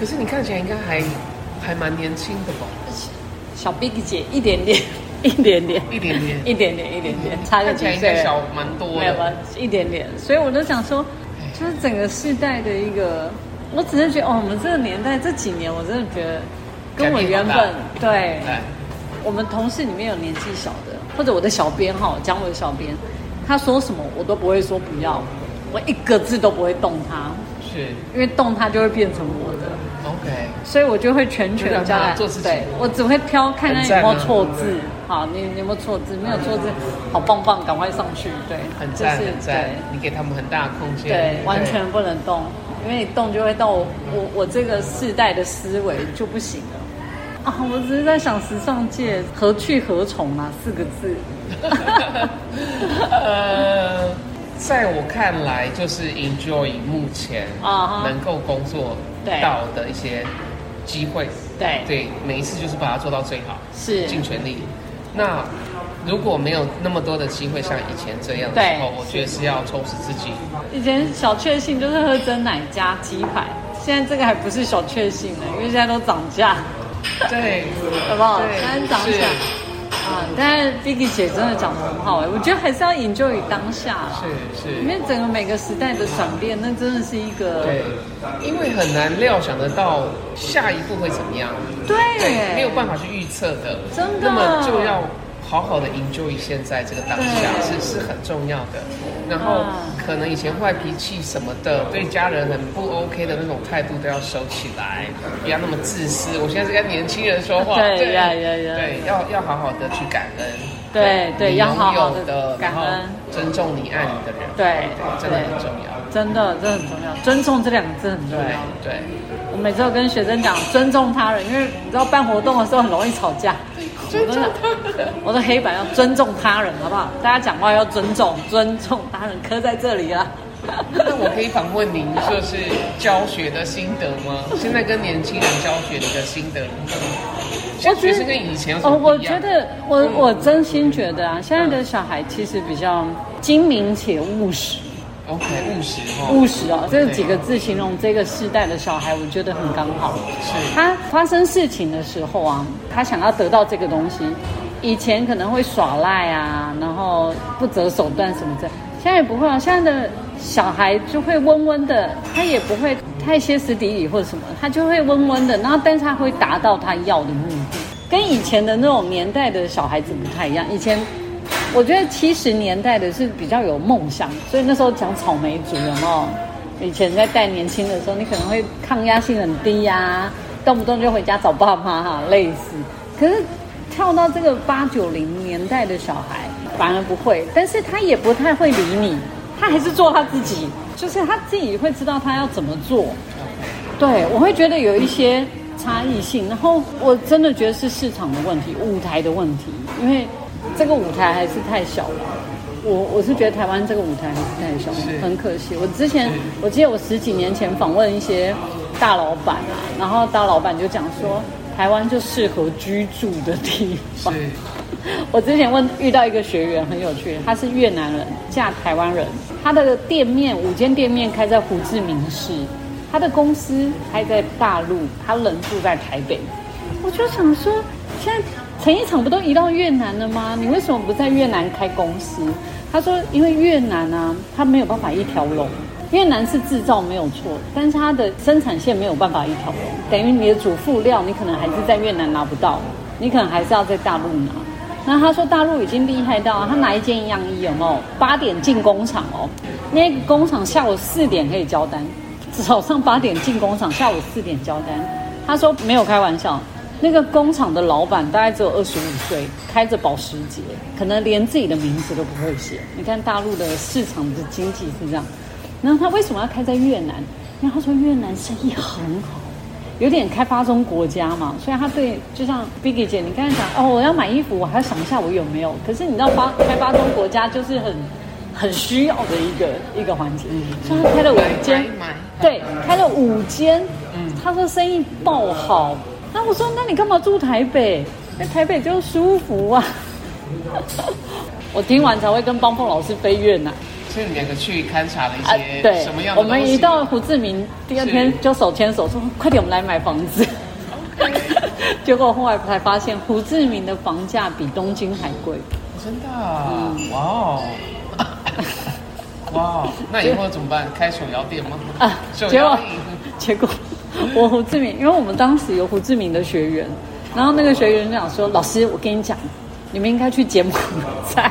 Speaker 1: 可是你看起来应该还还蛮年轻的吧？
Speaker 2: 小 big 姐一点点， 一点点，
Speaker 1: 一点点
Speaker 2: 一点点，一点 点，差个
Speaker 1: 看起来
Speaker 2: 几
Speaker 1: 应
Speaker 2: 岁
Speaker 1: 该，小蛮多
Speaker 2: 没有吧
Speaker 1: 的。，
Speaker 2: 一点点。所以我都想说，
Speaker 1: 哎
Speaker 2: 就是整个世代的一个，我只是觉得，哦，我们这个年代这几年，我真的觉得跟我原
Speaker 1: 改
Speaker 2: 本
Speaker 1: 变哎
Speaker 2: 对，
Speaker 1: 对，
Speaker 2: 我们同事里面有年纪小的，或者我的小编哈，讲我的小编，他说什么我都不会说不要，我一个字都不会动他，
Speaker 1: 是
Speaker 2: 因为动他就会变成我的。
Speaker 1: OK。
Speaker 2: 所以我就会全权
Speaker 1: 就
Speaker 2: 交
Speaker 1: 让
Speaker 2: 代
Speaker 1: 他做自，己
Speaker 2: 对我只会挑看
Speaker 1: 很
Speaker 2: 看有
Speaker 1: 赞啊
Speaker 2: 没有错字，好，你你有没有错字？没有错字，好棒棒，赶快上去，对，
Speaker 1: 很赞
Speaker 2: 就是
Speaker 1: 很赞，你给他们很大的空
Speaker 2: 对
Speaker 1: 间，
Speaker 2: 对，完全不能动，因为你动就会到我我我这个世代的思维就不行了。啊，我只是在想时尚界何去何从啊，四个字。
Speaker 1: 呃，在我看来，就是 enjoy 目前
Speaker 2: 啊哈
Speaker 1: 能够工作
Speaker 2: 对
Speaker 1: 到的一些机会，
Speaker 2: 对
Speaker 1: 对，每一次就是把它做到最好，
Speaker 2: 是
Speaker 1: 尽全力。那如果没有那么多的机会像以前这样的
Speaker 2: 对
Speaker 1: 时候，我觉得是要充实自己。
Speaker 2: 以前小确幸就是喝真奶加鸡排，现在这个还不是小确幸呢，因为现在都涨价。
Speaker 1: 对，
Speaker 2: 好不好？
Speaker 1: 对
Speaker 2: 当然长一下啊，但是 Vicky 姐真的讲得很好哎、我觉得还是要 enjoy 当下啦。
Speaker 1: 是
Speaker 2: 因
Speaker 1: 是，
Speaker 2: 为整个每个时代的转变，那真的是一个
Speaker 1: 对，因为很难料想得到下一步会怎么样。
Speaker 2: 对
Speaker 1: 对，没有办法去预测的，
Speaker 2: 真的
Speaker 1: 那么就要好好的 enjoy 现在这个当下
Speaker 2: 对
Speaker 1: 是是很重要的。然后
Speaker 2: 啊
Speaker 1: 可能以前坏脾气什么的，对家人很不 OK 的那种态度都要收起来，不要那么自私。我现在是跟年轻人说话，
Speaker 2: 对呀呀呀
Speaker 1: 对，要要好好的去感恩，
Speaker 2: 对对
Speaker 1: 你
Speaker 2: 要
Speaker 1: 拥
Speaker 2: 好好
Speaker 1: 有
Speaker 2: 地
Speaker 1: 的，
Speaker 2: 感
Speaker 1: 然后
Speaker 2: 恩
Speaker 1: 尊重你爱你的人，
Speaker 2: 对
Speaker 1: 真的很重要。
Speaker 2: 真的这很重要，尊重这两个字很
Speaker 1: 对
Speaker 2: 重要。
Speaker 1: 对，
Speaker 2: 我每次都跟学生讲尊重他人，因为你知道办活动的时候很容易吵架。
Speaker 1: 尊重他
Speaker 2: 人，我的黑板要尊重他人，好不好？大家讲话要尊重，尊重他人，刻在这里啊。
Speaker 1: 那我 可以访问您，就是教学的心得吗？现在跟年轻人教学，你的心得如何？现在学生跟以前有什
Speaker 2: 哦，
Speaker 1: 么不
Speaker 2: 我
Speaker 1: 一
Speaker 2: 觉
Speaker 1: 样？嗯
Speaker 2: 得我我真心觉得啊，现在的小孩其实比较精明且务实，
Speaker 1: OK，务实哈、
Speaker 2: 务
Speaker 1: 哦，
Speaker 2: 实哦，这几个字形容这个世代的小孩，我觉得很刚好。
Speaker 1: 是
Speaker 2: 他发生事情的时候啊，他想要得到这个东西，以前可能会耍赖啊，然后不择手段什么的，现在也不会啊。现在的小孩就会温温的，他也不会太歇斯底里或者什么，他就会温温的，然后但是他会达到他要的目的，跟以前的那种年代的小孩子不太一样。以前我觉得七十年代的是比较有梦想，所以那时候讲草莓族有没有？以前在带年轻的时候，你可能会抗压性很低啊呀、动不动就回家找爸妈哈、类似。可是跳到这个八九零年代的小孩，反而不会，但是他也不太会理你，他还是做他自己，就是他自己会知道他要怎么做。对，我会觉得有一些差异性，然后我真的觉得是市场的问题，舞台的问题，因为这个舞台还是太小了。我我是觉得台湾这个舞台还是太小
Speaker 1: 是
Speaker 2: 了，很可惜。我之前我记得我十几年前访问一些大老板啊，然后大老板就讲说，台湾就适合居住的地方。
Speaker 1: 是
Speaker 2: 我之前问遇到一个学员很有趣，他是越南人，嫁台湾人，他的店面五间店面开在胡志明市，他的公司开在大陆，他人住在台北。我就想说，现在成衣厂不都移到越南了吗？你为什么不在越南开公司？他说，因为越南啊，他没有办法一条龙。越南是制造没有错，但是它的生产线没有办法一条龙，等于你的主副料你可能还是在越南拿不到，你可能还是要在大陆拿。那他说大陆已经厉害到、啊，他拿一件样衣有没有？八点进工厂哦，那个工厂下午四点可以交单，早上八点进工厂，下午四点交单。他说没有开玩笑，那个工厂的老板大概只有二十五岁，开着保时捷，可能连自己的名字都不会写。你看大陆的市场的经济是这样，然后他为什么要开在越南？因为他说越南生意很好。有点开发中国家嘛，所以他对就像 Biggie 姐，你刚才讲哦，我要买衣服，我还要想一下我有没有。可是你知道发开发中国家就是很很需要的一个一个环节，所以他开了五间
Speaker 1: 嗯买买买，
Speaker 2: 对，开了五间
Speaker 1: 嗯，
Speaker 2: 他说生意爆好。那我说那你干嘛住台北？在台北就舒服啊。 我听完才会跟邦凤老师飞跃呢、
Speaker 1: 所以你们两个去勘察了一
Speaker 2: 啊，
Speaker 1: 些
Speaker 2: 对
Speaker 1: 什么，样的
Speaker 2: 我
Speaker 1: 东西
Speaker 2: 们一到胡志明，第二天就手牵手说：“快点，我们来买房子。” 结果后来才发现，胡志明的房价比东京还 贵。
Speaker 1: 真的啊，
Speaker 2: 嗯
Speaker 1: 哇哦， 哇哦，那以后怎么办？开手摇店吗？
Speaker 2: 啊
Speaker 1: 手
Speaker 2: 结
Speaker 1: 摇
Speaker 2: 果
Speaker 1: 椅，
Speaker 2: 结果我胡志明，因为我们当时有胡志明的学员，然后那个学员讲说：“老师，我跟你讲，你们应该去柬埔寨。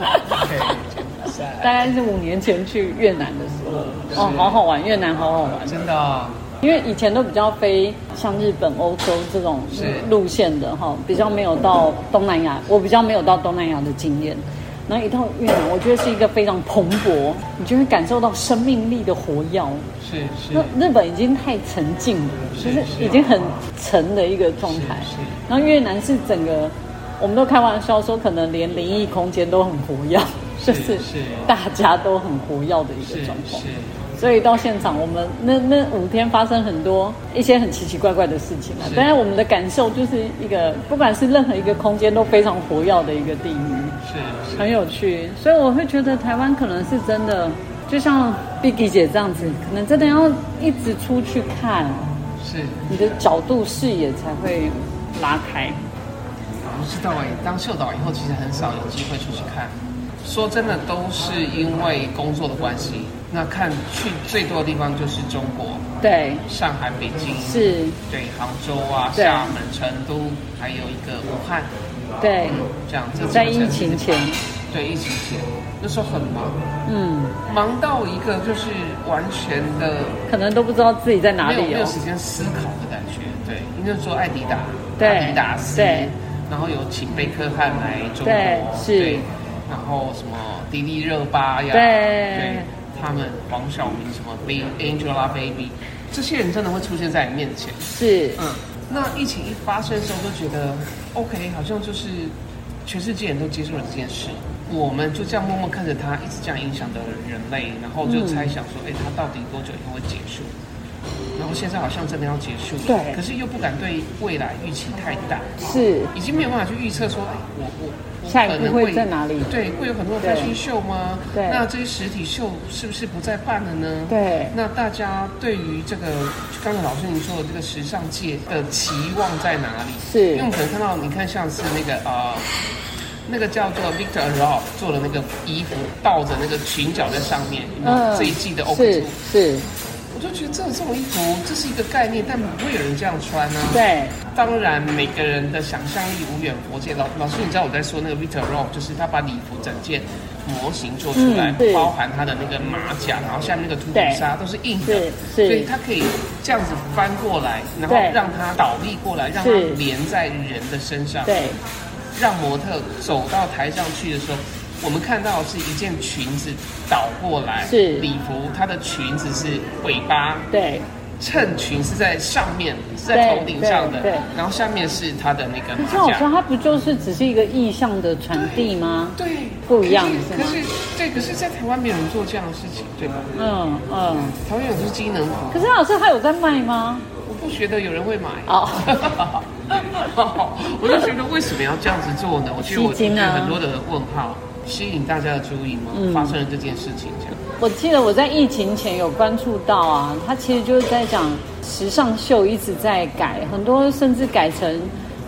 Speaker 1: 对，柬埔寨
Speaker 2: 大概是五年前去越南的时候，哦，好好玩，越南好好玩。
Speaker 1: 真的啊，
Speaker 2: 因为以前都比较飞像日本、欧洲这种
Speaker 1: 是
Speaker 2: 路线的哈，比较没有到东南亚，我比较没有到东南亚的经验。然后一到越南，我觉得是一个非常蓬勃，你就会感受到生命力的活跃。
Speaker 1: 是是
Speaker 2: 那日本已经太沉静了，
Speaker 1: 是
Speaker 2: 就是
Speaker 1: 是啊
Speaker 2: 已经很沉的一个状态
Speaker 1: 是是。
Speaker 2: 然后越南是整个，我们都开玩笑说，可能连灵异空间都很活跃，就是是
Speaker 1: 是
Speaker 2: 大家都很活跃的一
Speaker 1: 是
Speaker 2: 个状况。
Speaker 1: 是，
Speaker 2: 所以到现场，我们那那五天发生很多一些很奇奇怪怪的事情啊
Speaker 1: 是。
Speaker 2: 但是我们的感受就是一个，不管是任何一个空间都非常活跃的一个地域，
Speaker 1: 是是
Speaker 2: 很有趣。所以我会觉得台湾可能是真的，就像 Biggie 姐这样子，可能真的要一直出去看，
Speaker 1: 是，
Speaker 2: 你的角度视野才会拉开。
Speaker 1: 我不知道哎、当秀导以后，其实很少有机会出去看。说真的，都是因为工作的关系。那看去最多的地方就是中国，
Speaker 2: 对，
Speaker 1: 上海、北京，
Speaker 2: 是，
Speaker 1: 对，杭州啊，
Speaker 2: 对
Speaker 1: 厦门、成都，还有一个武汉，
Speaker 2: 对，
Speaker 1: 这样子。
Speaker 2: 在疫情前，
Speaker 1: 对疫情前，那时候很忙，
Speaker 2: 嗯，
Speaker 1: 忙到一个就是完全的
Speaker 2: 可能都不知道自己在哪
Speaker 1: 没
Speaker 2: 里
Speaker 1: 有没有
Speaker 2: 哦。
Speaker 1: 时间思考的感觉。对，那时候艾迪达，
Speaker 2: 对
Speaker 1: 阿迪达斯，
Speaker 2: 对，
Speaker 1: 然后有请贝克汉来中国，
Speaker 2: 对是
Speaker 1: 对然后什么迪丽热巴呀，
Speaker 2: 对
Speaker 1: 他们黄晓明什么 B Angelababy，这些人真的会出现在你面前。
Speaker 2: 是，
Speaker 1: 嗯，那疫情一发生的时候，就觉得 OK，好像就是全世界人都接受了这件事，我们就这样默默看着它一直这样影响着人类，然后就猜想
Speaker 2: 嗯
Speaker 1: 说，哎、它到底多久以后会结束？然后现在好像真的要结束了，
Speaker 2: 对
Speaker 1: 可是又不敢对未来预期太大，
Speaker 2: 是。
Speaker 1: 已经没有办法去预测说，哎，我我我
Speaker 2: 下
Speaker 1: 可
Speaker 2: 一
Speaker 1: 能
Speaker 2: 步会在哪里？
Speaker 1: 对，会有很多的
Speaker 2: 对
Speaker 1: fashion show 吗？
Speaker 2: 对
Speaker 1: 那这些实体秀是不是不再办了呢？
Speaker 2: 对
Speaker 1: 那大家对于这个刚才老师您说的这个时尚界的期望在哪里？因
Speaker 2: 是
Speaker 1: 为我们可能看到，你看像是那个呃，那个叫做 Victor Rolf 做的那个衣服，倒着那个裙角在上面，嗯，这一季的 o p e
Speaker 2: 是是，
Speaker 1: 我就觉得这种衣服这是一个概念，但不会有人这样穿啊。
Speaker 2: 对
Speaker 1: 当然，每个人的想象力无远佛界。老老师，你知道我在说那个 Victor Roll，就是他把礼服整件模型做出来，
Speaker 2: 嗯对
Speaker 1: 包含他的那个马甲，然后下面那个涂
Speaker 2: 对
Speaker 1: 骨纱都是硬的
Speaker 2: 是，
Speaker 1: 所以
Speaker 2: 是
Speaker 1: 他可以这样子翻过来，然后
Speaker 2: 对
Speaker 1: 让它倒立过来，让它
Speaker 2: 是
Speaker 1: 连在人的身上，
Speaker 2: 对
Speaker 1: 让模特走到台上去的时候。我们看到的是一件裙子倒过来，
Speaker 2: 是
Speaker 1: 礼服，它的裙子是尾巴
Speaker 2: 对
Speaker 1: 衬裙是在上面，是在头顶上的
Speaker 2: 对对对，
Speaker 1: 然后下面是它的那个
Speaker 2: 可是我
Speaker 1: 马
Speaker 2: 说
Speaker 1: 甲。
Speaker 2: 它不就是只是一个意向的传递吗？
Speaker 1: 对，
Speaker 2: 不一样是
Speaker 1: 可
Speaker 2: 吗
Speaker 1: 是可是对，可是在台湾没有人做这样的事情，对吧？
Speaker 2: 嗯嗯。
Speaker 1: 台湾有的是机能服，
Speaker 2: 可是老师他有在卖吗？
Speaker 1: 我不觉得有人会买。
Speaker 2: 哦
Speaker 1: 我就觉得为什么要这样子做呢？我觉得我
Speaker 2: 吸睛啊
Speaker 1: 有很多的问号，吸引大家的注意吗？
Speaker 2: 嗯
Speaker 1: 发生了这件事情，这样
Speaker 2: 我记得我在疫情前有关注到啊，它其实就是在讲时尚秀一直在改，很多甚至改成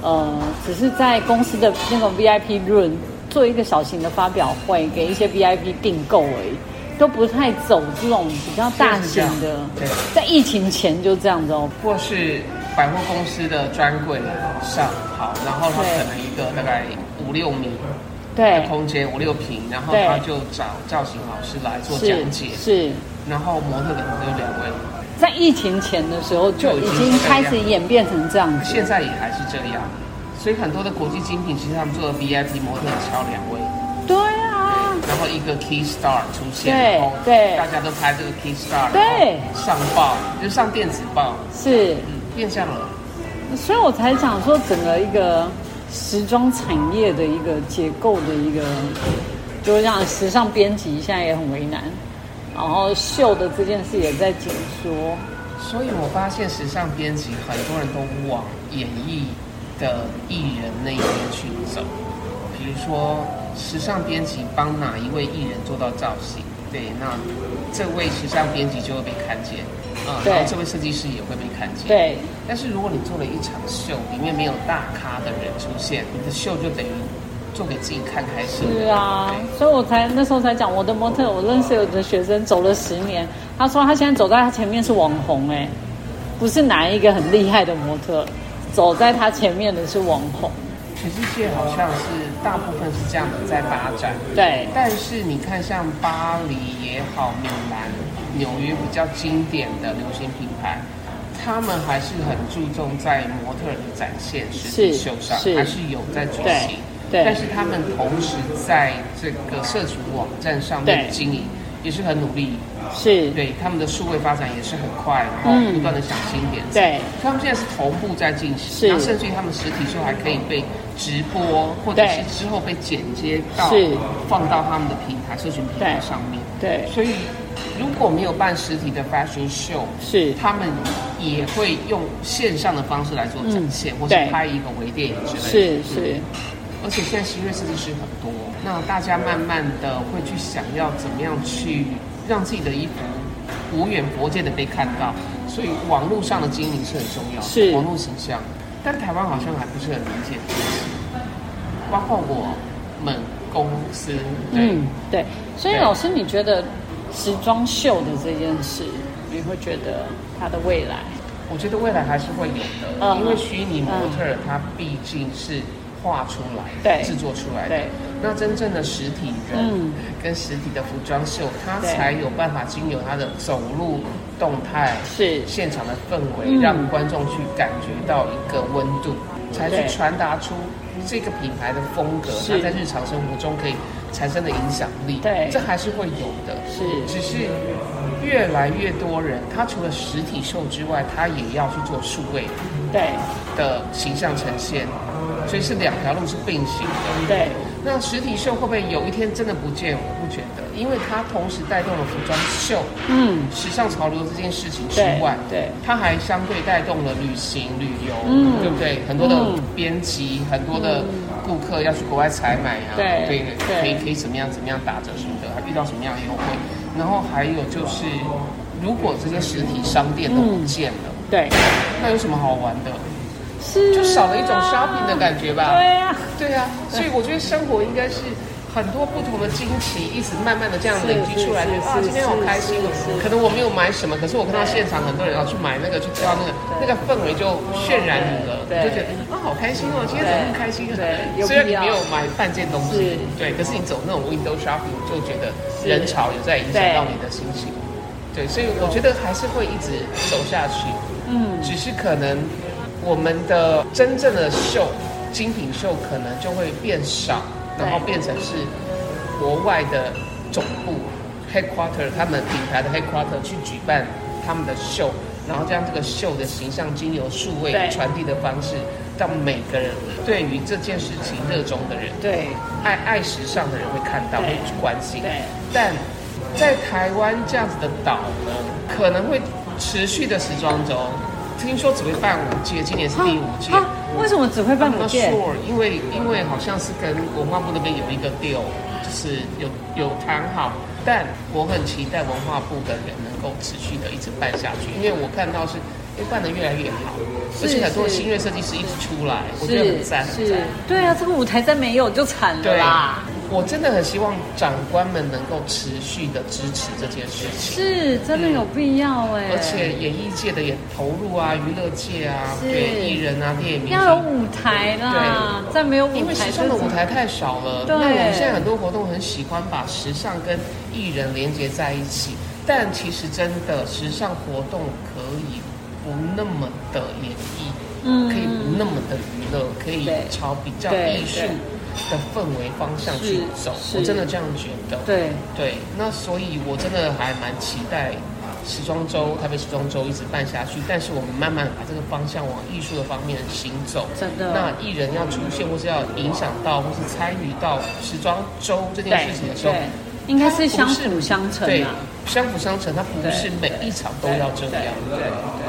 Speaker 2: 呃，只是在公司的那种 VIP room 做一个小型的发表会，给一些 VIP 订购而已，都不太走这种比较大型
Speaker 1: 是这
Speaker 2: 的
Speaker 1: 样。对
Speaker 2: 在疫情前就这样子哦，
Speaker 1: 或是百货公司的专柜上好，然后它
Speaker 2: 对
Speaker 1: 可能一个大概五六米
Speaker 2: 对，
Speaker 1: 空间五六平，然后
Speaker 2: 对
Speaker 1: 他就找造型老师来做
Speaker 2: 是
Speaker 1: 讲解，
Speaker 2: 是
Speaker 1: 然后模特可能只有两位，
Speaker 2: 在疫情前的时候就已经开始演变成这样子，
Speaker 1: 现在也还是这样。所以很多的国际精品，其实他们做的 VIP 模特只要两位，
Speaker 2: 对啊，
Speaker 1: 然后一个 Key Star 出现，
Speaker 2: 对
Speaker 1: 然后
Speaker 2: 对
Speaker 1: 大家都拍这个 Key Star，
Speaker 2: 对
Speaker 1: 然后上报就上电子报，
Speaker 2: 是
Speaker 1: 嗯，变相了。
Speaker 2: 所以我才想说，整个一个时装产业的一个结构的一个，就是像时尚编辑现在也很为难，然后秀的这件事也在紧缩。
Speaker 1: 所以我发现时尚编辑很多人都往演艺的艺人那一边去走，比如说时尚编辑帮哪一位艺人做到造型，对，那这位时尚编辑就会被看见，啊、
Speaker 2: 对
Speaker 1: 然后这位设计师也会被看见。
Speaker 2: 对，
Speaker 1: 但是如果你做了一场秀，里面没有大咖的人出现，你的秀就等于做给自己看开心的。
Speaker 2: 是啊，所以我才那时候才讲我的模特，我认识有的学生走了十年，他说他现在走在他前面是网红哎、不是哪一个很厉害的模特，走在他前面的是网红，
Speaker 1: 对全世界好像是大部分是这样子在发展，
Speaker 2: 对
Speaker 1: 但是你看像巴黎也好，米兰、纽约比较经典的流行品牌。他们还是很注重在模特儿的展现、实体
Speaker 2: 是
Speaker 1: 秀上，
Speaker 2: 是
Speaker 1: 还是有在举
Speaker 2: 对
Speaker 1: 行。
Speaker 2: 对
Speaker 1: 但是他们同时在这个社群网站上面
Speaker 2: 对
Speaker 1: 经营，也是很努力，
Speaker 2: 是，
Speaker 1: 对他们的数位发展也是很快，然后不断的想新点子。
Speaker 2: 嗯对
Speaker 1: 他们现在是同步在进行，
Speaker 2: 是
Speaker 1: 然后甚至于他们实体秀还可以被直播，或者是
Speaker 2: 对
Speaker 1: 之后被剪接到
Speaker 2: 是
Speaker 1: 放到他们的平台、社群平台
Speaker 2: 对
Speaker 1: 上面。
Speaker 2: 对
Speaker 1: 所以如果没有办实体的 fashion show，
Speaker 2: 是，
Speaker 1: 他们也会用线上的方式来做展现，
Speaker 2: 嗯
Speaker 1: 或者
Speaker 2: 对
Speaker 1: 拍一个微电影之类的。
Speaker 2: 是是，
Speaker 1: 而且现在新锐设计师很多，那大家慢慢的会去想要怎么样去让自己的衣服无远佛界的被看到，所以网络上的经营是很重要的，
Speaker 2: 是
Speaker 1: 网络形象。但台湾好像还不是很理解，包括我们公司，对，
Speaker 2: 嗯对，所以
Speaker 1: 对
Speaker 2: 老师你觉得时装秀的这件事，你会觉得它的未来？
Speaker 1: 我觉得未来还是会有的，
Speaker 2: 嗯
Speaker 1: 因为虚拟模特儿它毕竟是画出来、
Speaker 2: 对
Speaker 1: 制作出来的
Speaker 2: 对，
Speaker 1: 那真正的实体人
Speaker 2: 嗯
Speaker 1: 跟实体的服装秀，它
Speaker 2: 对
Speaker 1: 才有办法经由它的走路动态、
Speaker 2: 是
Speaker 1: 现场的氛围，
Speaker 2: 嗯
Speaker 1: 让观众去感觉到一个温度，才去
Speaker 2: 对
Speaker 1: 传达出这个品牌的风格，它
Speaker 2: 是
Speaker 1: 在日常生活中可以产生的影响力。
Speaker 2: 对
Speaker 1: 这还是会有的。
Speaker 2: 是
Speaker 1: 只是越来越多人，他除了实体秀之外，他也要去做数位
Speaker 2: 对
Speaker 1: 的形象呈现，所以是两条路是并行的。
Speaker 2: 对
Speaker 1: 那实体秀会不会有一天真的不见？我不觉得，因为它同时带动了服装秀、
Speaker 2: 嗯
Speaker 1: 时尚潮流这件事情之
Speaker 2: 对
Speaker 1: 外，
Speaker 2: 对
Speaker 1: 它还相对带动了旅行、旅游，
Speaker 2: 嗯
Speaker 1: 对不对？很多的
Speaker 2: 嗯
Speaker 1: 编辑、很多的顾客要去国外采买啊，
Speaker 2: 对
Speaker 1: 对，
Speaker 2: 对
Speaker 1: 可以可以怎么样怎么样打折什么的，还遇到什么样的优惠。然后还有就是，如果这些实体商店都
Speaker 2: 嗯
Speaker 1: 不见了，
Speaker 2: 对，
Speaker 1: 那有什么好玩的？
Speaker 2: 是
Speaker 1: 就少了一种
Speaker 2: 啊
Speaker 1: shopping 的感觉吧。
Speaker 2: 对啊，
Speaker 1: 对啊，所以我觉得生活应该是很多不同的惊奇，一直慢慢的这样累积出来，
Speaker 2: 是
Speaker 1: 觉
Speaker 2: 是
Speaker 1: 得啊，
Speaker 2: 是
Speaker 1: 今天好开心哦
Speaker 2: 是是。是
Speaker 1: 可能我没有买什么，可是我看到现场很多人要去买那个，去挑那个，那个氛围就渲染你了，你
Speaker 2: 对
Speaker 1: 就觉得啊，好开心哦，今天怎么那么开心啊
Speaker 2: 对？ 有
Speaker 1: 虽然你
Speaker 2: 必要
Speaker 1: 没有买半件东西
Speaker 2: 是，
Speaker 1: 对，可是你走那种 window shopping 就觉得人潮有在影响
Speaker 2: 对
Speaker 1: 到你的心情，对，所以我觉得还是会一直走下去。
Speaker 2: 嗯
Speaker 1: 只是可能我们的真正的秀，精品秀可能就会变少，
Speaker 2: 对
Speaker 1: 然后变成是国外的总部 headquarter 他们品牌的 headquarter 去举办他们的秀，然后将这个秀的形象经由数位
Speaker 2: 对
Speaker 1: 传递的方式，让每个人对于这件事情热衷的人，
Speaker 2: 对
Speaker 1: 爱爱时尚的人会看到，会
Speaker 2: 对
Speaker 1: 去关心。
Speaker 2: 对
Speaker 1: 但在台湾这样子的岛呢，可能会持续的时装周，听说只会办五届，今年是第五届。
Speaker 2: 啊为什么只会办五届
Speaker 1: I'm not？sure，因为因为好像是跟文化部那边有一个 deal，就是有有谈好，但我很期待文化部的人能够持续的一直办下去，因为我看到是。因为办得越来越好，
Speaker 2: 是
Speaker 1: 而且很多
Speaker 2: 是
Speaker 1: 新锐设计师一直出来，我觉得
Speaker 2: 是
Speaker 1: 很赞，很
Speaker 2: 是
Speaker 1: 赞。，
Speaker 2: 对啊，这个舞台再没有就惨了
Speaker 1: 对
Speaker 2: 啦。，
Speaker 1: 我真的很希望长官们能够持续的支持这件事情，
Speaker 2: 是，真的有必要哎、
Speaker 1: 而且演艺界的也投入啊，娱乐界啊，
Speaker 2: 是
Speaker 1: 对艺人啊，电影明星
Speaker 2: 要有舞台啦，再没有舞台，
Speaker 1: 因为时尚的舞台太少了，那
Speaker 2: 对
Speaker 1: 我们现在很多活动很喜欢把时尚跟艺人连接在一起，但其实真的时尚活动可以不那么的演绎，
Speaker 2: 嗯
Speaker 1: 可以不那么的娱乐，可以
Speaker 2: 对
Speaker 1: 朝比较
Speaker 2: 对
Speaker 1: 艺术
Speaker 2: 对
Speaker 1: 的氛围方向去
Speaker 2: 是
Speaker 1: 走，
Speaker 2: 是
Speaker 1: 我真的这样觉得。
Speaker 2: 对
Speaker 1: 对，那所以我真的还蛮期待时装周、台北时装周一直办下去，但是我们慢慢把这个方向往艺术的方面行走。
Speaker 2: 真的
Speaker 1: 那艺人要出现或是要影响到或是参与到时装周这件
Speaker 2: 对
Speaker 1: 事情的时候
Speaker 2: 对，，应该是
Speaker 1: 它
Speaker 2: 相
Speaker 1: 不是
Speaker 2: 辅相成
Speaker 1: 对
Speaker 2: 啊。，
Speaker 1: 相辅相成，它不是每一场都要这样，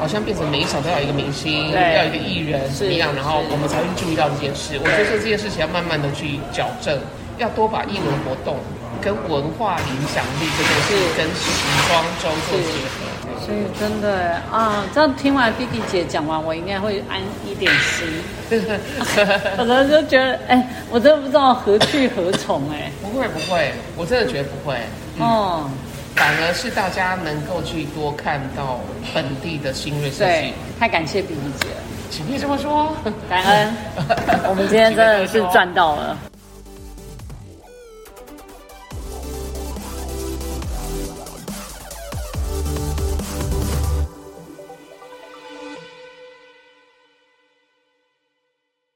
Speaker 1: 好像变成每一场都要一个明星，
Speaker 2: 对
Speaker 1: 要一个艺人
Speaker 2: 是
Speaker 1: 怎么样，然后
Speaker 2: 是
Speaker 1: 我们才会注意到这件事。我觉得这件事情要慢慢的去矫正，要多把艺文活动跟文化影响力这件事
Speaker 2: 是
Speaker 1: 跟时装周做结合。
Speaker 2: 所以真的啊，这样听完 Vicky 姐讲完，我应该会安一点 心。我都就觉得，哎，我真的不知道何去何从哎、
Speaker 1: 不会不会，我真的觉得不会。
Speaker 2: 哦，
Speaker 1: 反而是大家能够去多看到本地的新锐设
Speaker 2: 对
Speaker 1: 计，，
Speaker 2: 太感谢 Vicky 姐了，
Speaker 1: 请别这么说，
Speaker 2: 感恩。我们今天真的是赚到了。